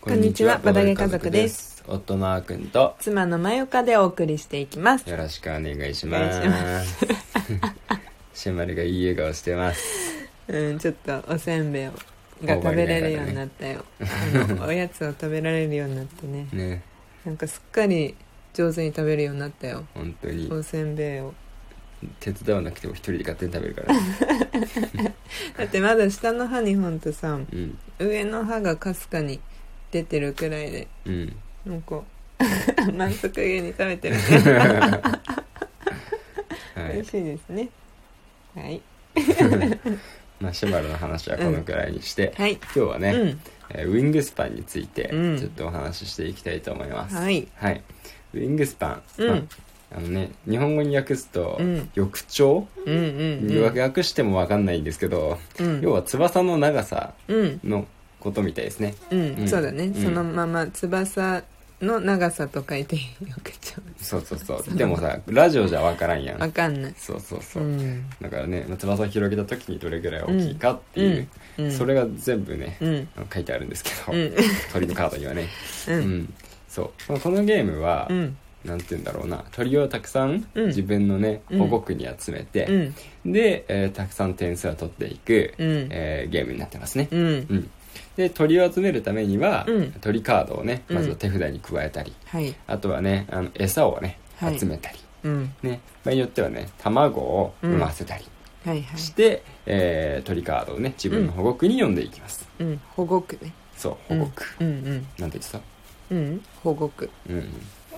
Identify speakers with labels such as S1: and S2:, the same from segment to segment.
S1: こんにちはボドゲ家族です
S2: 夫のあーくんと
S1: 妻のまゆかでお送りしていきます
S2: よろしくお願いし
S1: お願いし
S2: ますシェマルがいい笑顔してます
S1: うんちょっとおせんべいをが食べれるようになった よ、あのおやつを食べられるようになってね
S2: ね
S1: なんかすっかり上手に食べるようになったよ
S2: 本当に
S1: おせんべ いを
S2: 手伝わなくても一人で勝手に食べるから
S1: だってまだ下の歯2本とさ
S2: うん
S1: 上の歯がかすかに出てるくらいで
S2: うん
S1: なんか満足げに食べてるね、
S2: は
S1: 嬉
S2: い
S1: しいですねはい
S2: まあシェマルの話はこのくらいにして、
S1: はい
S2: 今日はね、
S1: うん
S2: えーウィングスパンについて
S1: うん
S2: ちょっとお話ししていきたいと思います、
S1: はい
S2: はいウィングスパン、
S1: うん
S2: まあ、あのね日本語に訳すと、
S1: うん
S2: 翼長
S1: うんうん
S2: に
S1: うん
S2: 訳しても分かんないんですけど、
S1: うん
S2: 要は翼の長さ
S1: うん
S2: のことみたいですね
S1: うん、
S2: うん
S1: そうだね、
S2: うん
S1: そのまま翼の長さと書いてよくちゃ
S2: そうそうそうでもさラジオじゃ分からんや
S1: うわ
S2: ん
S1: かんない
S2: そうそうそうう、
S1: ん
S2: だからねまあ翼を広げた時にどれぐらい大きいかっていう、
S1: うん
S2: それが全部ね、
S1: うん
S2: あの書いてあるんですけ
S1: う
S2: ど、
S1: ん
S2: 鳥のカードにはね、
S1: う
S2: うんそうまあこのゲームは、
S1: うん
S2: なんて言うんだろうな鳥をたくさん
S1: うん
S2: 自分のね、
S1: うん
S2: 保護区に集め
S1: う
S2: て、
S1: ん
S2: で、えーたくさん点数を取っていく、
S1: うん
S2: えーゲームになってますね、
S1: うん
S2: うんで鳥を集めるためには、
S1: うん
S2: 鳥カードをねまず
S1: う
S2: は
S1: ん
S2: 手札に加えたり、
S1: はい
S2: あとはねあの餌をね
S1: はい
S2: 集めたり、
S1: うん
S2: ね場合によってはね卵を産ませたり
S1: はいはい
S2: して、えー鳥カードをね自分の保護区に読んでいきます、
S1: うん保護区ね
S2: そう保護区、
S1: うんうん
S2: なんて言ってた
S1: うんうん保護区
S2: うんうん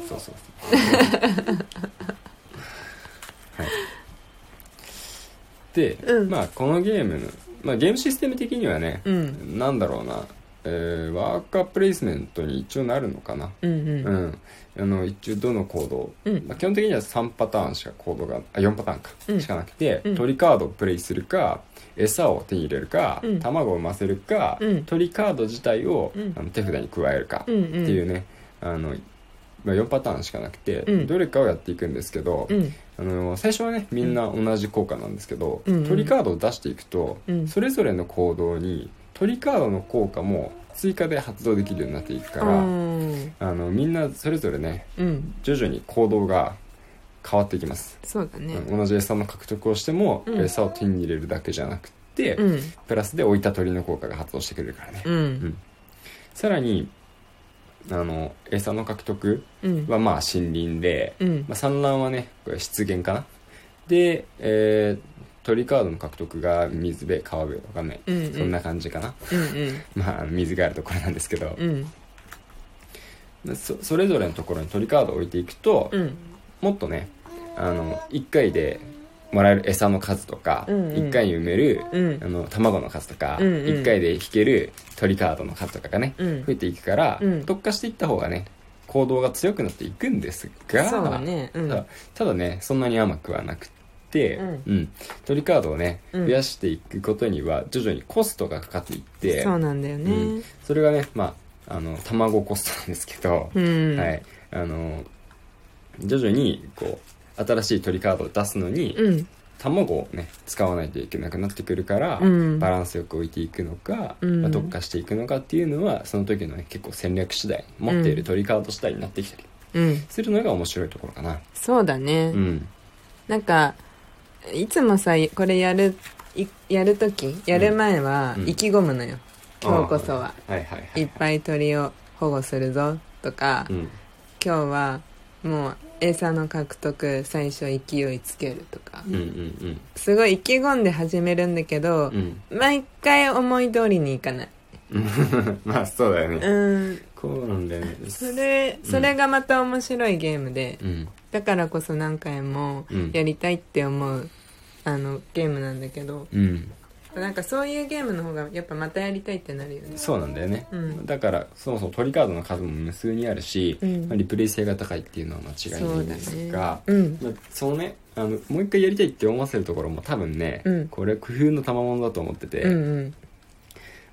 S2: そうそうそう はいで、
S1: うん
S2: まあこのゲームの、まあ、ゲームシステム的にはね
S1: う、ん
S2: なんだろうな、えーワーカープレイスメントに一応なるのかな
S1: うんう
S2: うん、
S1: ん
S2: あの一応どの行動、
S1: うん
S2: まあ、基本的には3パターンしか行動があ4パターンか、
S1: うん
S2: しかなくて、
S1: うん
S2: 鳥カードをプレイするか餌を手に入れるか、
S1: うん
S2: 卵を産ませるか、
S1: うん
S2: 鳥カード自体を、
S1: うん
S2: あの手札に加えるか、
S1: うんうん
S2: っていうねあの、まあ、4パターンしかなくて、
S1: うん
S2: どれかをやっていくんですけど、
S1: うん
S2: あの最初はねみんな同じ効果なんですけど、
S1: うんうん
S2: 鳥カードを出していくと、
S1: うん
S2: それぞれの行動に鳥カードの効果も追加で発動できるようになっていくから、
S1: うん
S2: あのみんなそれぞれね
S1: うん
S2: 徐々に行動が変わっていきます、
S1: そうだね
S2: うん同じ餌の獲得をしても、
S1: うん
S2: 餌を手に入れるだけじゃなくて、
S1: うん
S2: プラスで置いた鳥の効果が発動してくれるからね、
S1: う
S2: うんんさらにあの餌の獲得
S1: うん
S2: はまあ森林で、
S1: うん
S2: まあ、産卵はねこれ湿原かなで、えー鳥カードの獲得が水辺川辺わかんない、
S1: うんうん
S2: そんな感じかな
S1: うん
S2: まあ水があるところなんですけど、
S1: うん
S2: まあそそれぞれのところに鳥カードを置いていくと、
S1: うん
S2: もっとねあの1回でもらえる餌の数とか、
S1: うんうん
S2: 1回に埋める、
S1: うん
S2: あの卵の数とか、
S1: う
S2: 一
S1: んうん
S2: 1回で引ける鳥カードの数とかがね、
S1: うん
S2: 増えていくから、
S1: うん
S2: 特化していった方がね行動が強くなっていくんですが
S1: そうだねうん
S2: ただただねそんなに甘くはなくて、
S1: うん
S2: 鳥カードをね
S1: うん
S2: 増やしていくことには徐々にコストがかかっていって、
S1: そうなんだよ
S2: う
S1: ね
S2: んそれがねまああの卵コストなんですけど、
S1: うん
S2: はい、あの徐々にこう新しい鳥カードを出すのに、
S1: うん
S2: 卵をね使わないといけなくなってくるから、
S1: うん
S2: バランスよく置いていくのか、
S1: うん
S2: まあ特化していくのかっていうのはその時のね結構戦略次第持っている鳥カード次第になってきたり
S1: うん
S2: するのが面白いところかな
S1: そうだね
S2: うん
S1: なんかいつもさこれやるいやる時やる前は
S2: うん
S1: 意気込むのよ、今日こそは
S2: はいはいはい
S1: いっぱい鳥を保護するぞとか、
S2: うん
S1: 今日はもう餌の獲得最初勢いつけるとか
S2: うんうん
S1: すごい意気込んで始めるんだけど
S2: うんう、 ん
S1: 毎回思い通りにいかない
S2: まあそうだよ
S1: う
S2: ね
S1: ん
S2: こうなんだよね
S1: それそれがまた面白いゲームで、
S2: うん
S1: だからこそ何回も
S2: うん
S1: やりたいって思うあのゲームなんだけど
S2: うん
S1: なんかそういうゲームの方がやっぱまたやりたいってなるよね
S2: そうなんだよね、
S1: うん
S2: だからそもそも鳥カードの数も無数にあるし、
S1: うん
S2: まあリプレイ性が高いっていうのは間違いないんですが
S1: うん
S2: まあそのねあのもう一回やりたいって思わせるところも多分ね、
S1: うん
S2: これ工夫の賜物だと思ってて、
S1: うん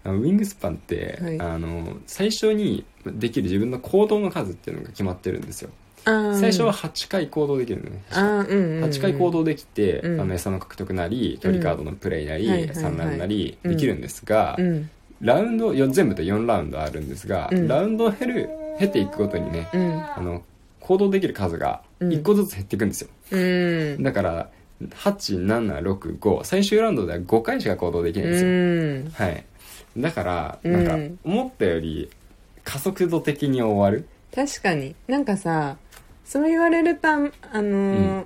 S2: あのウィングスパンって、
S1: はい
S2: あの最初にできる自分の行動の数っていうのが決まってるんですよ、
S1: うん
S2: 最初は8回行動できるのね
S1: あーうんうんうん
S2: 8回行動できて、
S1: うん
S2: あの餌の獲得なり鳥カードのプレイなり、
S1: うんはいはいはい
S2: 産卵なり
S1: うん
S2: できるんですが、
S1: うん
S2: ラウンドよ全部で4ラウンドあるんですが、
S1: うん
S2: ラウンドを減る経ていくごとにね
S1: うん
S2: あの行動できる数が
S1: うん
S2: 1個ずつ減っていくんですよ、
S1: うん
S2: だから8765最終ラウンドでは5回しか行動できないんですよ、
S1: うん
S2: はいだから
S1: うん
S2: なんか思ったより加速度的に終わる
S1: 確かになんかさそう言われるとあんあのー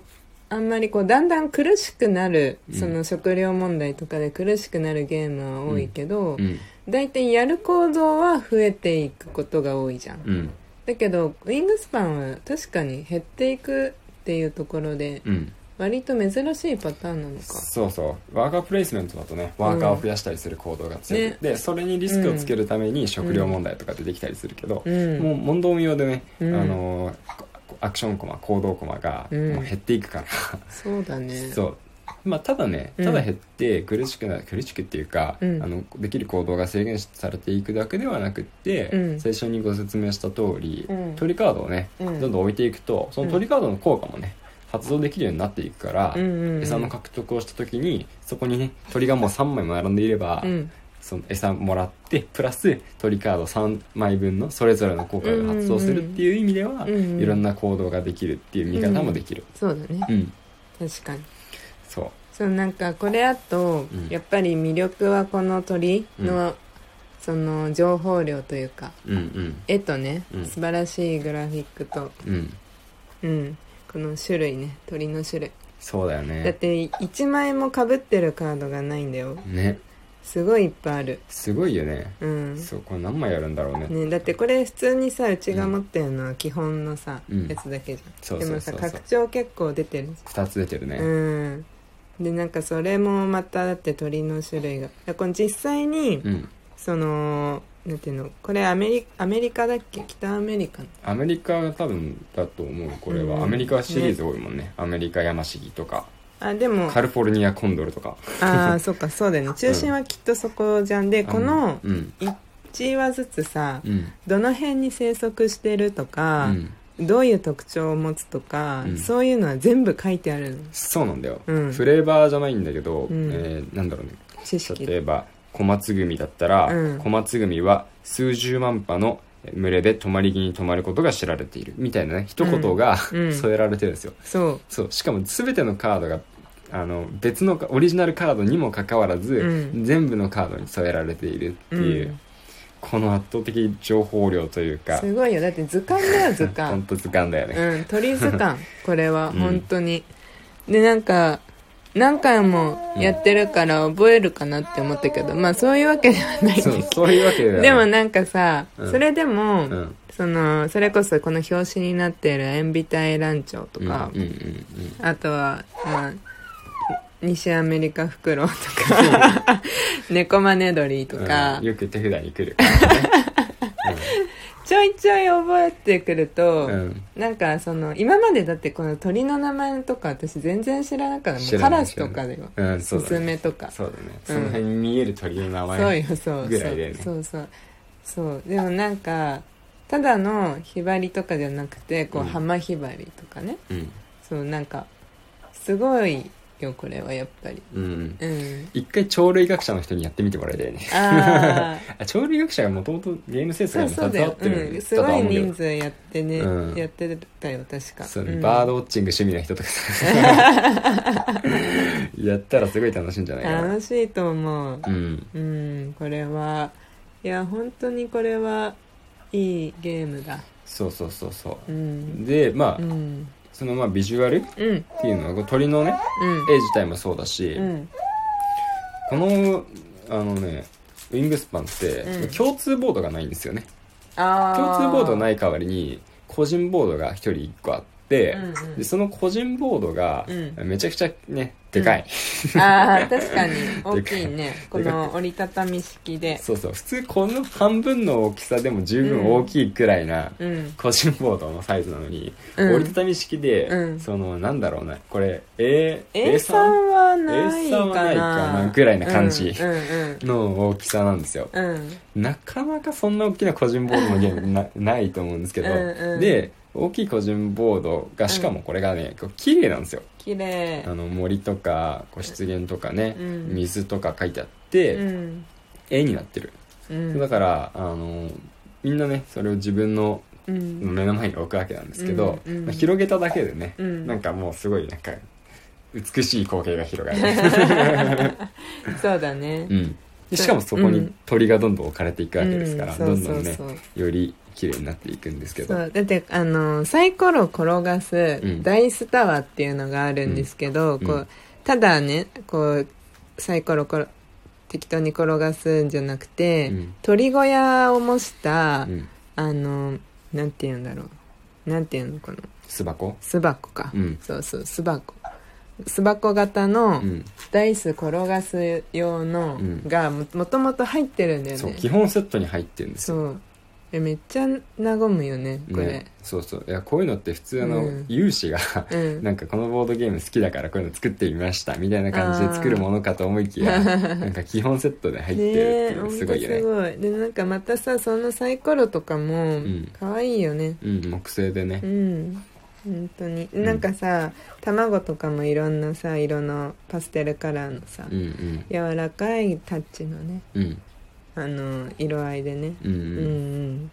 S1: あんまりこうだんだん苦しくなる
S2: うん
S1: その食料問題とかで苦しくなるゲームは多いけど、
S2: うん
S1: 大体やる行動は増えていくことが多いじゃん、
S2: うん
S1: だけどウィングスパンは確かに減っていくっていうところで
S2: うん
S1: 割と珍しいパターンなのか
S2: そうそうワーカープレイスメントだとねワーカーを増やしたりする行動が強くて、でそれにリスクをつけるために食料問題とか出てきたりするけど、
S1: うん
S2: もう問答無用でね、
S1: うん
S2: あのーこアクションコマ行動コマが
S1: う
S2: もうん減っていくから、
S1: そうだね
S2: そうまあただね
S1: うん
S2: ただ減って苦しくな苦しくっていうか、
S1: うん
S2: あのできる行動が制限されていくだけではなくって、
S1: うん
S2: 最初にご説明した通り、
S1: うん
S2: トリカードをね
S1: うん
S2: どんどん置いていくとそのトリカードの効果もね発動できるようになっていくから、
S1: うんうんうん
S2: 餌の獲得をした時にそこにね鳥がもう3枚も並んでいれば、
S1: うん
S2: その餌もらってプラス鳥カード3枚分のそれぞれの効果が発動するっていう意味では、
S1: うんうん
S2: いろんな行動ができるっていう見方もできる。
S1: そうだね
S2: うん、
S1: 確かに
S2: そう
S1: そうなんかこれあと、
S2: うん
S1: やっぱり魅力はこの鳥の、その情報量というか
S2: うんうん
S1: 絵とね、
S2: うん
S1: 素晴らしいグラフィックと、
S2: うん
S1: うん、この種類ね鳥の種類
S2: そうだよ
S1: だっ
S2: ね
S1: て1枚もかぶってるカードがないんだよ
S2: ね
S1: すごいいっぱいある
S2: すごいよね、
S1: うん、
S2: そうこれ何枚やるんだろうね
S1: ね、だってこれ普通にさうちが持ってるのは基本のさ、
S2: うん
S1: やつだけじゃ
S2: そ
S1: ん
S2: う
S1: で
S2: そ
S1: も
S2: う
S1: さ
S2: そうそう
S1: 拡張結構出てる
S2: 2つ出てるね、
S1: うんでなんかそれもまただって鳥の種類がだからこの実際に、
S2: うん
S1: そのなんていうのこれアメリアメリカだっけ北アメリカの
S2: アメリカが多分だと思うこれは、
S1: うん
S2: アメリカはシリーズ多いもんねアメリカヤマシギとか
S1: あでも
S2: カリフォルニアコンドルとか
S1: ああそっかそうだよね中心はきっとそこじゃんで、この
S2: うん
S1: 1話ずつさ
S2: うん
S1: どの辺に生息してると
S2: う
S1: か、
S2: ん
S1: どういう特徴を持つとか、
S2: うん
S1: そういうのは全部書いてあるの
S2: そうなんだよ、
S1: うん
S2: フレーバーじゃないんだけど、
S1: うん
S2: えーなんだろうね
S1: 知識
S2: 例えば小松組だったら、
S1: うん
S2: 小松組は数十万羽の群れで泊まり木に泊まることが知られているみたいなね一言が、
S1: うんうん
S2: 添えられてるんですよ
S1: そ
S2: そうしかも全てのカードがあの別のオリジナルカードにもかかわらず、
S1: うん
S2: 全部のカードに添えられているっていう、
S1: うん
S2: この圧倒的情報量という
S1: う
S2: か
S1: すごいよだって図鑑だよ図
S2: ほん
S1: 鑑
S2: と図鑑だよね、
S1: うん鳥図鑑これは
S2: うん
S1: 本当に、でなんか何回もやってるから覚えるかなって思ったけど、まあそういうわけではないんだけ
S2: そ
S1: ど
S2: うそういうわけでは
S1: でも
S2: ね、
S1: なんかさ、
S2: うん
S1: それで
S2: う
S1: も、
S2: ん、
S1: そのそれこそこの表紙になっている塩ビ隊蘭長とか、
S2: うんうんうんうん
S1: あとは、まあ、西アメリカフクロウとか猫マネドリとか、
S2: うんよく手札に来るからね
S1: ちょいちょい覚えてくると、
S2: うん
S1: なんかその今までだってこの鳥の名前とか私全然知らなかったも
S2: 知
S1: う
S2: ら
S1: カ
S2: ない
S1: ラスとかだよ、
S2: うんそう
S1: ス
S2: だ
S1: ズ
S2: ね
S1: メとか
S2: そうだねその辺に見える鳥の名
S1: そう
S2: 前
S1: よそう
S2: ぐらいだよね
S1: そうそうそうそうでもなんかただのひばりとかじゃなくてこう、
S2: うん
S1: 浜ひばりとかね
S2: うん
S1: そうなんかすごいよこれはやっぱり
S2: うん
S1: うん
S2: 一回鳥類学者の人にやってみてもらいたいね
S1: ああ
S2: あ鳥類学者がもともとゲーム制
S1: そ
S2: 作に
S1: うそう
S2: 携
S1: だ
S2: わ
S1: よ
S2: っ、てる
S1: うんん、
S2: だと
S1: すご
S2: はい思うけど
S1: 人数やってね、
S2: うん
S1: やってたよ確か
S2: そうね
S1: ん
S2: バードウォッチング趣味な人とかさ やったらすごい楽しいんじゃないかな
S1: 楽しいと思う
S2: うん
S1: うんこれはいや本当にこれはいいゲームだ
S2: そうそうそうそううんでまあ
S1: うん
S2: そのまあビジュアルっ
S1: うん
S2: ていうのは鳥のね
S1: うん
S2: 絵自体もそうだし
S1: うん
S2: このあのねウィングスパンって
S1: うん
S2: 共通ボードがないんですよね、
S1: あ
S2: 共通ボードないい代わりに個人ボードが1人1個あって、
S1: うんうん
S2: でその個人ボードが
S1: う
S2: めちゃくちゃねでかい、
S1: ああ確かに大きい ねこの折りたたみ式で
S2: そうそう普通この半分の大きさでも十分大きいくらいな
S1: うん
S2: 個人ボードのサイズなのに、
S1: うん
S2: 折りたたみ式で、
S1: うん
S2: そのなんだろうなこれ A,
S1: A さんはないか
S2: A さんはないか
S1: な
S2: なぐらいな感じ
S1: うんうん
S2: の大きさなんですよ
S1: うんうん
S2: なかなかそんな大きな個人ボードのゲーム なないと思うんですけど
S1: うんうん
S2: で大きい個人ボードがしかもこれがねこう綺麗なんですよ
S1: 綺麗
S2: あの森とかこう湿原とかね、
S1: うん
S2: 水とか書いてあって、
S1: うん
S2: 絵になってる
S1: ううん
S2: だからあのみんなねそれを自分の
S1: うん
S2: 目の前に置くわけなんですけど、
S1: うんうん
S2: まあ広げただけでね、
S1: うん
S2: なんかもうすごいなんか美しい光景が広が る、
S1: そうだね
S2: うん、でしかもそこに鳥がどんどん置かれていくわけですから、
S1: うん
S2: どんどんね
S1: そうそう
S2: より綺麗になっていくんですけ
S1: そ
S2: ど
S1: うだってあのサイコロを転がす
S2: うん
S1: ダイスタワーっていうのがあるんですけど、
S2: うん
S1: こ
S2: うん
S1: うただねこうサイコロころ適当に転がすんじゃなくて、
S2: うん
S1: 鳥小屋を模した、
S2: うん
S1: あのなんて言うんだろうなんて言うのこの
S2: 巣箱
S1: 巣箱か、
S2: うん
S1: そうそう巣箱巣箱型の
S2: うん
S1: ダイス転がす用の
S2: うん
S1: がももともと入ってるんだよね、
S2: そう基本セットに入ってるんですよ
S1: そうえめっちゃ和むよねこれ、
S2: ね、そうそういやこういうのって普通あの、
S1: うん
S2: 有志が
S1: うん
S2: なんかこのボードゲーム好きだからこういうの作ってみましたみたいな感じで作るものかと思いきや なんか基本セットで入ってるって
S1: ね
S2: い
S1: え
S2: う
S1: ほ
S2: の
S1: んと
S2: す
S1: す
S2: ご
S1: ご
S2: い
S1: い
S2: よね
S1: でなんかまたさそのサイコロとかも
S2: ん
S1: 可愛いよね
S2: うん木製でね
S1: うん本当に
S2: ん
S1: なんかさ卵とかもいろんなさ色のパステルカラーのさ
S2: うんうん
S1: 柔らかいタッチのね
S2: うん
S1: あの色合いでね
S2: うん
S1: うん
S2: うん
S1: うん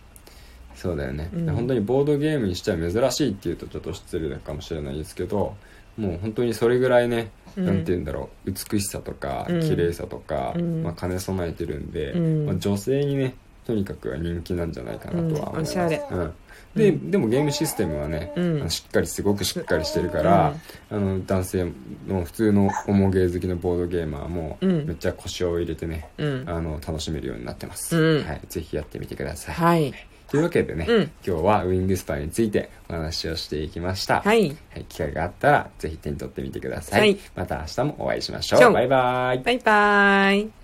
S2: そうだよね、
S1: うん
S2: 本当にボードゲームにしては珍しいっていうとちょっと失礼かもしれないですけどもう本当にそれぐらいね、
S1: うん
S2: なんて言うんだろう美しさとか
S1: うん
S2: 綺麗さとか、
S1: うん
S2: まあ、兼ね備えてるんで、
S1: うん
S2: まあ、女性にねとにかくは人気なんじゃないかなとは思います、
S1: うんおしゃれ
S2: うんででもゲームシステムはね、
S1: うん
S2: あのしっかりすごくしっかりしてるから、あの男性の普通の重ゲー好きのボードゲーマーも
S1: うん
S2: めっちゃ腰を入れてね、
S1: うん
S2: あの楽しめるようになってます、
S1: うん
S2: はい、ぜひやってみてください、
S1: はい
S2: というわけでね、
S1: うん
S2: 今日はウィングスパイについてお話をしていきました、
S1: はいい
S2: 機会があったらぜひ手に取ってみてください、
S1: はい
S2: また明日もお会いしましょう
S1: しょう
S2: バイバイ
S1: バイバイ